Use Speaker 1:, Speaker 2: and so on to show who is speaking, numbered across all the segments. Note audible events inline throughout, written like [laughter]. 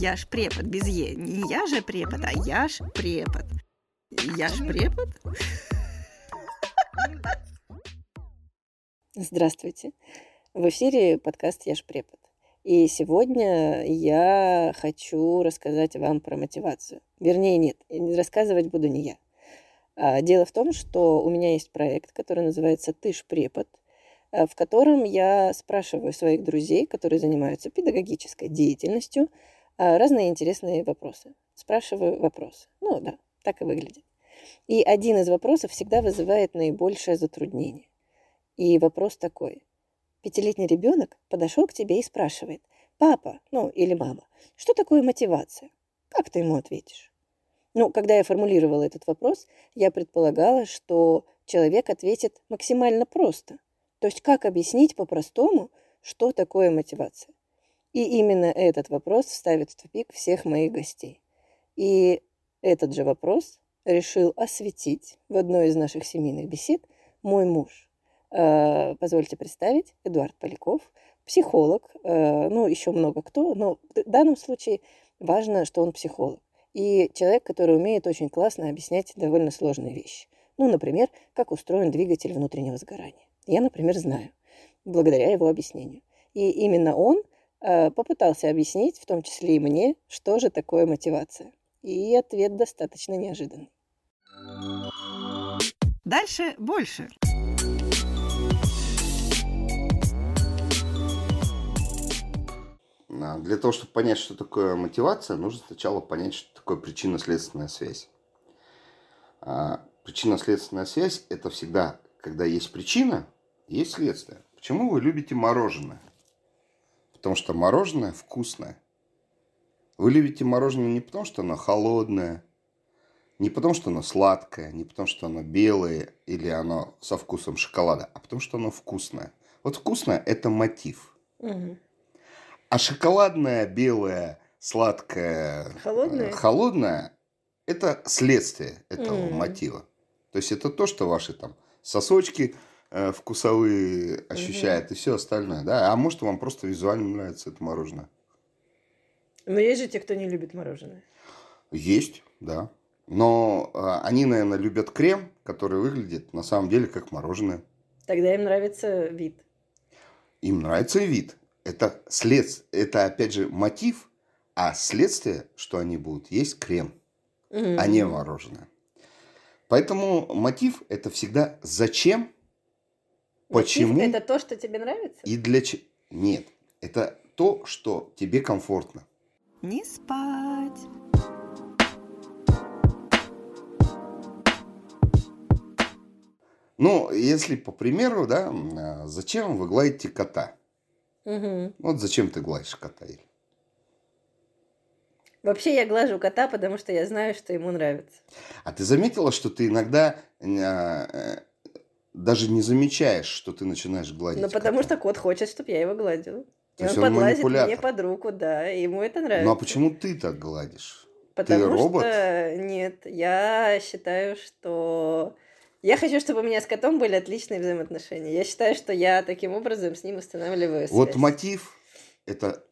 Speaker 1: Я ж препод без Е. Не я же препод, а я ж препод. Я ж препод?
Speaker 2: Здравствуйте. В эфире подкаст «Я ж препод». И сегодня я хочу рассказать вам про мотивацию. Вернее, нет, рассказывать буду не я. А, Дело в том, что у меня есть проект, который называется «Ты ж препод», э, в котором я спрашиваю своих друзей, которые занимаются педагогической деятельностью, а, разные интересные вопросы. Спрашиваю вопросы. Ну да, так и выглядит. И один из вопросов всегда вызывает наибольшее затруднение. И вопрос такой. Пятилетний ребенок подошел к тебе и спрашивает, папа, ну или мама, что такое мотивация? Как ты ему ответишь? Ну, когда я формулировала этот вопрос, я предполагала, что человек ответит максимально просто. То есть как объяснить по-простому, что такое мотивация? И именно этот вопрос вставит в тупик всех моих гостей. И этот же вопрос решил осветить в одной из наших семейных бесед мой муж – Э, позвольте представить, Эдуард Поляков, психолог, э, ну, еще много кто, но в данном случае важно, что он психолог. И человек, который умеет очень классно объяснять довольно сложные вещи. Ну, например, как устроен двигатель внутреннего сгорания. Я, например, знаю, благодаря его объяснению. И именно он э, попытался объяснить, в том числе и мне, что же такое мотивация. И ответ достаточно неожиданный.
Speaker 1: Дальше больше.
Speaker 3: А, Для того, чтобы понять, что такое мотивация, нужно сначала понять, что такое причинно-следственная связь. А, Причинно-следственная связь – это всегда, когда есть причина, есть следствие. Почему вы любите мороженое? Потому что мороженое вкусное. Вы любите мороженое не потому, что оно холодное, не потому, что оно сладкое, не потому, что оно белое или оно со вкусом шоколада, а потому, что оно вкусное. Вот вкусное – это мотив – а шоколадное, белое, сладкое,
Speaker 2: Холодное?
Speaker 3: э, холодное – это следствие этого
Speaker 2: Мгм.
Speaker 3: мотива. То есть это то, что ваши там сосочки э, вкусовые ощущают и все остальное, да. А может вам просто визуально нравится это мороженое?
Speaker 2: Но есть же те, кто не любит мороженое.
Speaker 3: Есть, да. Но э, они, наверное, любят крем, который выглядит на самом деле как мороженое.
Speaker 2: Тогда им нравится вид.
Speaker 3: Им нравится и вид. Это след, это опять же мотив, а следствие, что они будут есть крем. а не мороженое. Поэтому мотив – это всегда зачем, почему
Speaker 2: Это то, что тебе нравится?
Speaker 3: и для чего. Нет, это то, что тебе комфортно.
Speaker 1: Не спать.
Speaker 3: Ну, если по примеру, да, м, а, зачем вы гладите кота?
Speaker 2: Мгм.
Speaker 3: Вот зачем ты гладишь кота? Эль?
Speaker 2: Вообще я глажу кота, потому что я знаю, что ему нравится.
Speaker 3: А ты заметила, что ты иногда а, э, даже не замечаешь, что ты начинаешь гладить?
Speaker 2: Ну, потому
Speaker 3: кота?
Speaker 2: что кот хочет, чтобы я его гладила. И
Speaker 3: То есть
Speaker 2: он
Speaker 3: он
Speaker 2: подлазит мне
Speaker 3: манипулятор.
Speaker 2: под руку, да, и ему это нравится.
Speaker 3: Ну а почему ты так гладишь?
Speaker 2: Потому
Speaker 3: робот?
Speaker 2: что нет, я считаю, что я хочу, чтобы у меня с котом были отличные взаимоотношения. Я считаю, что я таким образом с ним устанавливаю связь.
Speaker 3: Вот мотив – это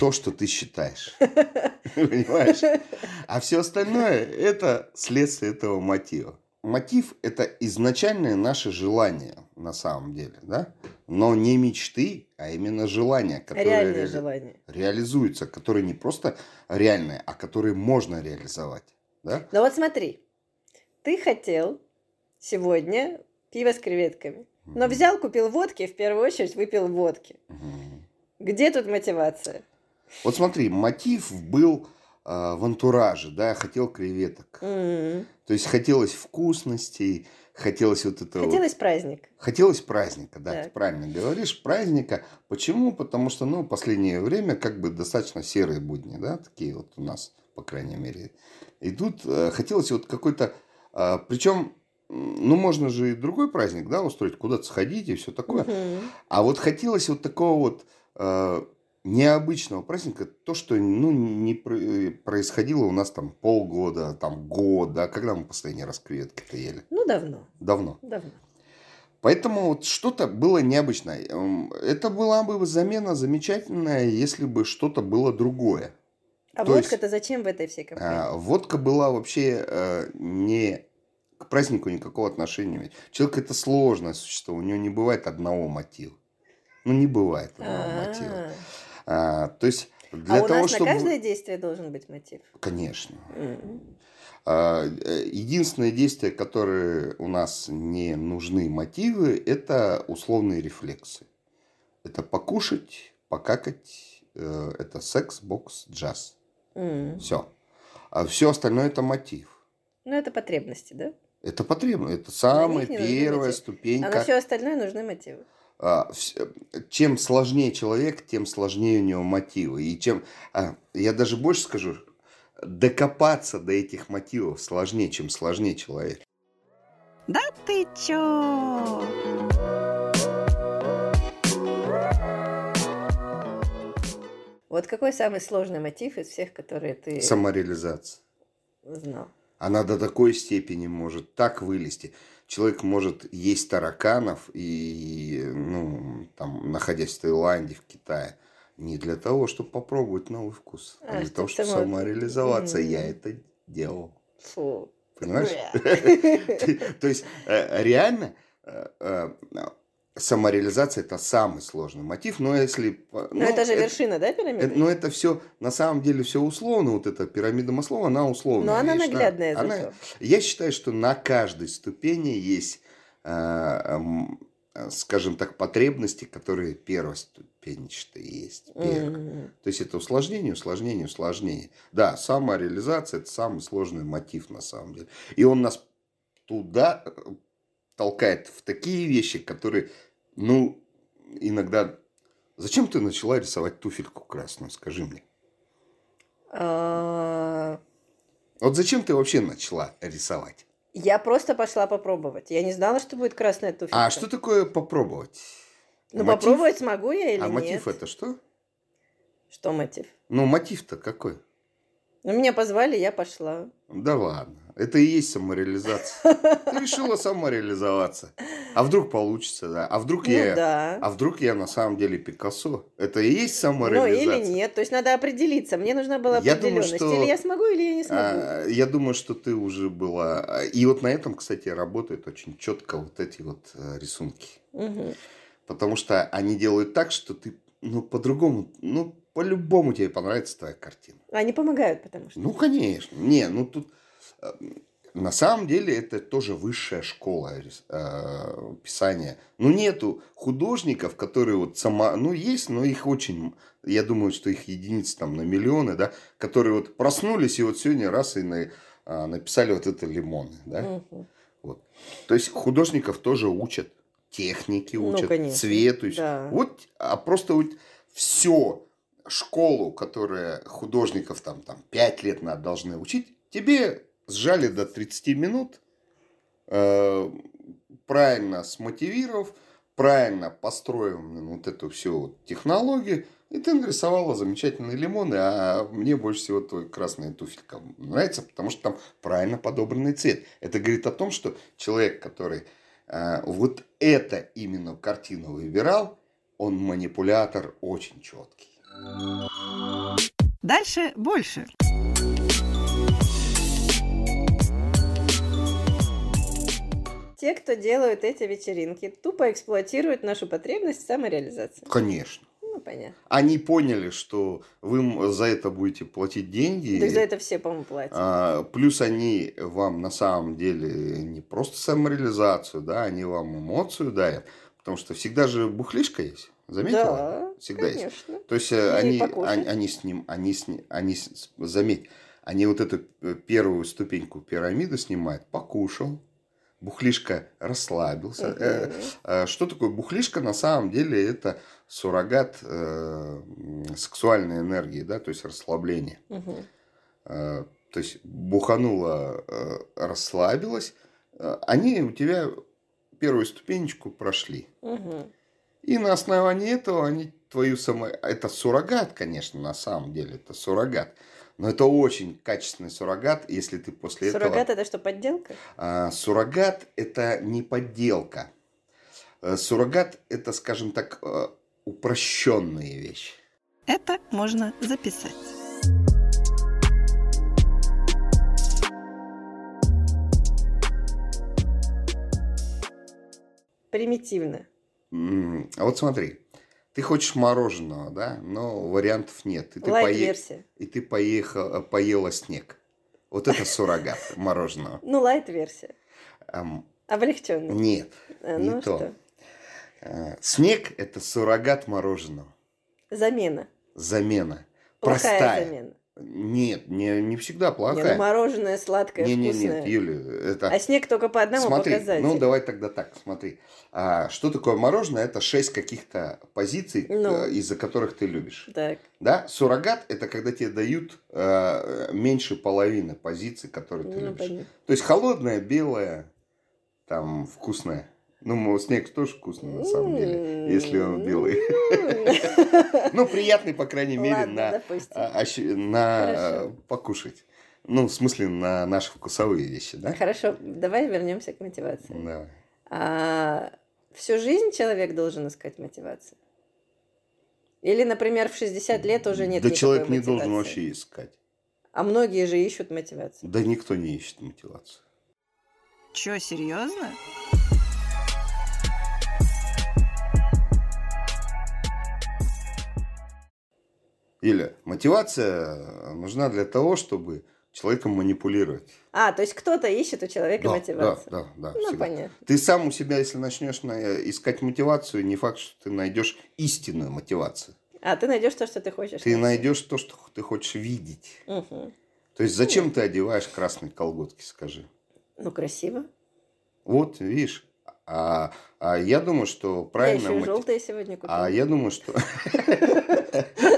Speaker 3: то, что
Speaker 2: [laughs]
Speaker 3: ты считаешь. Понимаешь? А все остальное – это следствие этого мотива. Мотив – это изначальные наши желания на самом деле, да? Но не мечты, а именно желания, которые
Speaker 2: Реальное
Speaker 3: реали-
Speaker 2: желание.
Speaker 3: реализуются, которые не просто реальные, а которые можно реализовать, да?
Speaker 2: Ну вот смотри, ты хотел сегодня пиво с креветками, но
Speaker 3: Мгм.
Speaker 2: взял, купил водки, и в первую очередь выпил водки.
Speaker 3: Мгм.
Speaker 2: Где тут мотивация?
Speaker 3: Вот смотри, мотив был э, в антураже, да, я хотел креветок.
Speaker 2: М.
Speaker 3: То есть хотелось вкусностей, хотелось вот этого. вот-
Speaker 2: Хотелось праздник.
Speaker 3: Хотелось праздника, да, ты
Speaker 2: Так.
Speaker 3: правильно говоришь, праздника. Почему? Потому что, ну, последнее время как бы достаточно серые будни, да, такие вот у нас, по крайней мере, идут. Э, Хотелось вот какой-то, причем, ну, можно же и другой праздник, да, устроить, куда-то сходить и все такое.
Speaker 2: Мгм.
Speaker 3: А вот хотелось вот такого вот э, необычного праздника, то, что ну, не про- происходило у нас там полгода, там год, да, когда мы последний раз креветки-то ели?
Speaker 2: Ну, давно,
Speaker 3: Давно.
Speaker 2: давно.
Speaker 3: Поэтому вот что-то было необычное. Эм, Это была бы замена замечательная, если бы что-то было другое.
Speaker 2: А
Speaker 3: То есть-
Speaker 2: водка-то зачем в этой всей компании?
Speaker 3: А, водка была вообще э, не к празднику никакого отношения. имеет. Человек это сложное существо, у него не бывает одного мотива. Ну, не бывает одного мотива.
Speaker 2: А.
Speaker 3: А, то есть, для
Speaker 2: А у
Speaker 3: того,
Speaker 2: нас на
Speaker 3: чтобы...
Speaker 2: каждое действие должен быть мотив.
Speaker 3: Конечно.
Speaker 2: М.
Speaker 3: А, э, Единственное действие, которое у нас не нужны мотивы, это условные рефлексы. Это покушать, покакать, э, это секс, бокс, джаз.
Speaker 2: М.
Speaker 3: Все. А все остальное это мотив.
Speaker 2: М-м. Ну, это потребности, да?
Speaker 3: Это потребно. Это
Speaker 2: Ну,
Speaker 3: самая
Speaker 2: них не нужны
Speaker 3: первая
Speaker 2: мотивы. А
Speaker 3: ступенька.
Speaker 2: на все остальное нужны мотивы.
Speaker 3: А, вс- Чем сложнее человек, тем сложнее у него мотивы. И чем, а, я даже больше скажу, докопаться до этих мотивов сложнее, чем сложнее человек.
Speaker 1: Да ты чё?
Speaker 2: Вот какой самый сложный мотив из всех, которые ты
Speaker 3: Самореализация.
Speaker 2: знал?
Speaker 3: Она до такой степени может так вылезти. Человек может есть тараканов и, ну, там, находясь в Таиланде, в Китае, не для того, чтобы попробовать новый вкус, а,
Speaker 2: А,
Speaker 3: для того,
Speaker 2: чтоб
Speaker 3: чтобы
Speaker 2: само-
Speaker 3: самореализоваться. Я
Speaker 2: М.
Speaker 3: это делал.
Speaker 2: Фу.
Speaker 3: Понимаешь?
Speaker 2: Бля.
Speaker 3: [laughs] Ты- То есть э, реально э, э, самореализация это самый сложный мотив, но если... по-
Speaker 2: [laughs] Ну,
Speaker 3: ну,
Speaker 2: это же вершина, да,
Speaker 3: э,
Speaker 2: пирамиды?
Speaker 3: но это все, на самом деле, все условно, вот эта пирамида Маслоу, она условная.
Speaker 2: Но Ну, она
Speaker 3: вещь, да.
Speaker 2: наглядная
Speaker 3: Она-
Speaker 2: зато.
Speaker 3: я считаю, что на каждой ступени есть, э, эм, э, скажем так, потребности, которые первоступенчатые есть. первые.
Speaker 2: М.
Speaker 3: То есть это усложнение, усложнение, усложнение. Да, самореализация – это самый сложный мотив на самом деле. И он нас туда э, толкает в такие вещи, которые, ну, иногда... Зачем ты начала рисовать туфельку красную, скажи мне?
Speaker 2: А,
Speaker 3: Вот зачем ты вообще начала рисовать?
Speaker 2: Я просто пошла попробовать. Я не знала, что будет красная туфелька.
Speaker 3: А что такое попробовать?
Speaker 2: Ну,
Speaker 3: мотив?
Speaker 2: попробовать смогу я или
Speaker 3: а
Speaker 2: нет?
Speaker 3: мотив это что?
Speaker 2: Что мотив?
Speaker 3: Ну, мотив-то какой?
Speaker 2: Ну, меня позвали, я пошла.
Speaker 3: Да ладно. Это и есть самореализация. Ты решила самореализоваться. А вдруг получится, да? А вдруг я...
Speaker 2: Ну, да.
Speaker 3: А вдруг я на самом деле Пикассо? Это и есть
Speaker 2: Ну,
Speaker 3: самореализация?
Speaker 2: или нет. То есть надо определиться. Мне нужна была
Speaker 3: Я думаю,
Speaker 2: определенность.
Speaker 3: что-
Speaker 2: Или я смогу, или я не смогу.
Speaker 3: А, я думаю, что ты уже была... а, И вот на этом, кстати, работают очень четко вот эти вот э, рисунки.
Speaker 2: Мгм.
Speaker 3: Потому что они делают так, что ты, ну, по-другому, ну, по-любому тебе понравится твоя картина.
Speaker 2: Они помогают, потому что.
Speaker 3: Ну, конечно. Не, ну тут... э, На самом деле это тоже высшая школа рис- э, писания. Ну, нету художников, которые вот сама... Ну, есть, но их очень... Я думаю, что их единицы там на миллионы, да, которые вот проснулись и вот сегодня раз и на- а, написали вот это лимоны, да.
Speaker 2: Мгм.
Speaker 3: То есть художников тоже учат, техники
Speaker 2: Ну,
Speaker 3: учат,
Speaker 2: конечно,
Speaker 3: цвету. ещё.
Speaker 2: да.
Speaker 3: Вот, а просто вот все школу, которая художников там, там 5 лет надо должны учить, тебе сжали до 30 минут, э, правильно смотивировав, правильно построив вот эту всю вот технологию, и ты нарисовала замечательные лимоны, а мне больше всего твой красная туфелька нравится, потому что там правильно подобранный цвет. Это говорит о том, что человек, который э, вот это именно картину выбирал, он манипулятор очень четкий.
Speaker 1: Дальше больше.
Speaker 2: Те, кто делают эти вечеринки, тупо эксплуатируют нашу потребность в самореализации.
Speaker 3: Конечно.
Speaker 2: Ну, понятно.
Speaker 3: Они поняли, что вы им за это будете платить деньги.
Speaker 2: Так за это все, по-моему, платят.
Speaker 3: А, плюс они вам на самом деле не просто самореализацию, да, они вам эмоцию дарят. Потому что всегда же бухлишка есть. Заметила?
Speaker 2: да,
Speaker 3: Всегда есть.
Speaker 2: конечно.
Speaker 3: То есть э,
Speaker 2: И
Speaker 3: они,
Speaker 2: покушать.
Speaker 3: они, они с ним, они, с ни- они с- заметь, они вот эту э, первую ступеньку пирамиды снимают, покушал, бухлишка расслабился. Э,
Speaker 2: Мгм.
Speaker 3: э, Что такое бухлишка? На самом деле это суррогат э, м, сексуальной энергии, да, то есть расслабление.
Speaker 2: Мгм.
Speaker 3: Э, То есть буханула, э, расслабилась. Э, Они у тебя первую ступенечку прошли.
Speaker 2: Мгм.
Speaker 3: И на основании этого они твою само... Это суррогат, конечно, на самом деле, это суррогат. Но это очень качественный суррогат, если ты после
Speaker 2: Суррогат
Speaker 3: этого...
Speaker 2: это что, подделка?
Speaker 3: А, суррогат – это не подделка. Э, Суррогат – это, скажем так, э, упрощенные вещи.
Speaker 1: Это можно записать.
Speaker 2: примитивно.
Speaker 3: М, А вот смотри, ты хочешь мороженого, да, но вариантов нет. И ты, пое-
Speaker 2: Лайт-версия.
Speaker 3: и ты поеха- поела снег. Вот это суррогат мороженого.
Speaker 2: Ну, лайт-версия.
Speaker 3: Ам,
Speaker 2: Облегченная.
Speaker 3: Нет,
Speaker 2: А,
Speaker 3: не
Speaker 2: ну
Speaker 3: то.
Speaker 2: что?
Speaker 3: э, снег – это суррогат мороженого.
Speaker 2: Замена.
Speaker 3: Замена.
Speaker 2: Плохая
Speaker 3: Простая.
Speaker 2: замена.
Speaker 3: Нет, не, не всегда
Speaker 2: Не, ну,
Speaker 3: плохая.
Speaker 2: мороженое сладкое,
Speaker 3: Не, не,
Speaker 2: вкусное.
Speaker 3: нет, Юля, это...
Speaker 2: А снег только по одному
Speaker 3: смотри,
Speaker 2: показателю.
Speaker 3: ну давай тогда так, смотри. А, что такое мороженое? Это шесть каких-то позиций,
Speaker 2: Ну.
Speaker 3: э, из-за которых ты любишь.
Speaker 2: Так,
Speaker 3: Да, суррогат это когда тебе дают э, меньше половины позиций, которые ты
Speaker 2: ну,
Speaker 3: любишь.
Speaker 2: понятно.
Speaker 3: То есть холодное, белое, там вкусное. Ну, мо- снег тоже вкусный на самом деле, если он белый. [laughs]
Speaker 2: М.
Speaker 3: Ну, приятный, по крайней мере,
Speaker 2: Ладно,
Speaker 3: на,
Speaker 2: допустим.
Speaker 3: а, ощу- на
Speaker 2: Хорошо.
Speaker 3: э, покушать. Ну, в смысле, на наши вкусовые вещи, да?
Speaker 2: Хорошо, давай вернемся к мотивации.
Speaker 3: Давай.
Speaker 2: А всю жизнь человек должен искать мотивацию? Или, например, в 60 лет уже нет
Speaker 3: Да
Speaker 2: никакой
Speaker 3: человек не должен
Speaker 2: мотивации?
Speaker 3: вообще искать.
Speaker 2: А многие же ищут мотивацию.
Speaker 3: Да никто не ищет мотивацию.
Speaker 1: Чё, серьезно?
Speaker 3: Или мотивация нужна для того, чтобы человеком манипулировать.
Speaker 2: А, то есть кто-то ищет у человека
Speaker 3: да,
Speaker 2: мотивацию.
Speaker 3: Да, да, да.
Speaker 2: ну,
Speaker 3: всегда.
Speaker 2: понятно.
Speaker 3: Ты сам у себя, если начнешь на- искать мотивацию, не факт, что ты найдешь истинную мотивацию.
Speaker 2: А ты найдешь то, что ты хочешь.
Speaker 3: Ты
Speaker 2: найти.
Speaker 3: найдешь то, что ты хочешь видеть.
Speaker 2: Мгм.
Speaker 3: То есть зачем ты одеваешь красные колготки, скажи?
Speaker 2: Ну, красиво.
Speaker 3: Вот, видишь. А, а я думаю, что правильно...
Speaker 2: я еще и желтые сегодня купила.
Speaker 3: А я думаю, что... [laughs]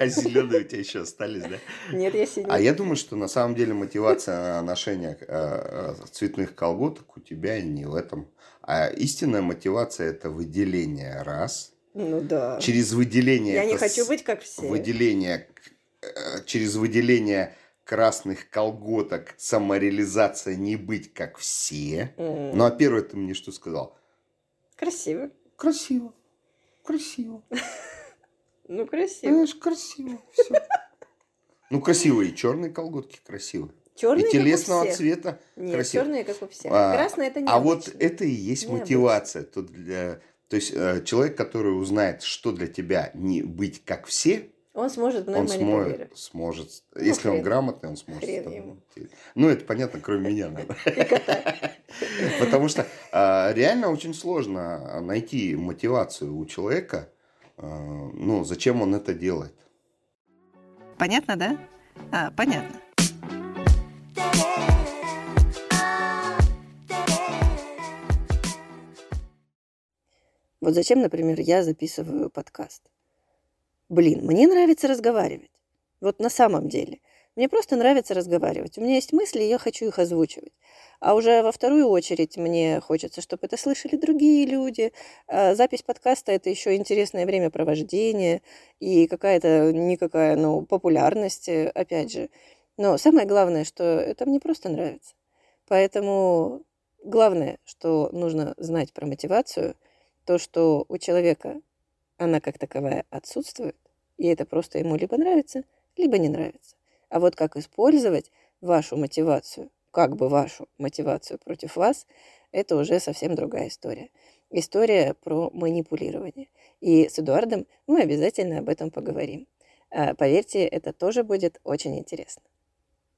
Speaker 3: А зеленые у тебя еще остались, да?
Speaker 2: Нет, я синяя.
Speaker 3: А я думаю, что на самом деле мотивация ношения э, э, цветных колготок у тебя не в этом. А истинная мотивация это выделение раз.
Speaker 2: Ну да.
Speaker 3: Через выделение...
Speaker 2: Я не
Speaker 3: это
Speaker 2: хочу
Speaker 3: с-
Speaker 2: быть как все.
Speaker 3: Выделение... э, Через выделение красных колготок самореализация не быть как все.
Speaker 2: М,
Speaker 3: Ну а первое ты мне что сказал?
Speaker 2: Красиво.
Speaker 3: Красиво. Красиво.
Speaker 2: Ну, красиво.
Speaker 3: Понимаешь, красиво. Все. Ну, красивые черные колготки красивые.
Speaker 2: Черные,
Speaker 3: и
Speaker 2: как у
Speaker 3: телесного
Speaker 2: всех.
Speaker 3: цвета.
Speaker 2: Нет,
Speaker 3: красиво.
Speaker 2: черные, как у всех.
Speaker 3: А,
Speaker 2: Красные это не
Speaker 3: А вот это и есть
Speaker 2: Необычно.
Speaker 3: мотивация. Тут для... То есть э, человек, который узнает, что для тебя не быть как все,
Speaker 2: Он сможет мной
Speaker 3: он
Speaker 2: манипулировать.
Speaker 3: сможет, сможет. Если он
Speaker 2: Ну, хрен.
Speaker 3: грамотный, он сможет.
Speaker 2: Хрен
Speaker 3: с тобой
Speaker 2: ему.
Speaker 3: идти. Ну, это понятно, кроме
Speaker 2: [laughs]
Speaker 3: меня, наверное. [laughs] Потому что а, реально очень сложно найти мотивацию у человека, а, ну, зачем он это делает.
Speaker 1: Понятно, да? А, понятно.
Speaker 2: Вот зачем, например, я записываю подкаст? Блин, мне нравится разговаривать. Вот на самом деле. Мне просто нравится разговаривать. У меня есть мысли, и я хочу их озвучивать. А уже во вторую очередь мне хочется, чтобы это слышали другие люди. А Запись подкаста – это еще интересное времяпровождение и какая-то никакая, ну, популярность, э, опять же. Но самое главное, что это мне просто нравится. Поэтому главное, что нужно знать про мотивацию, то, что у человека она как таковая отсутствует, и это просто ему либо нравится, либо не нравится. А вот как использовать вашу мотивацию, как бы вашу мотивацию против вас, это уже совсем другая история. История про манипулирование. И с Эдуардом мы обязательно об этом поговорим. А, Поверьте, это тоже будет очень интересно.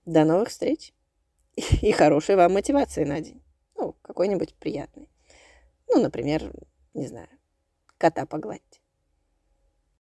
Speaker 2: До новых встреч [laughs] и хорошей вам мотивации на день. Ну, какой-нибудь приятной. Ну, например, не знаю, кота погладить.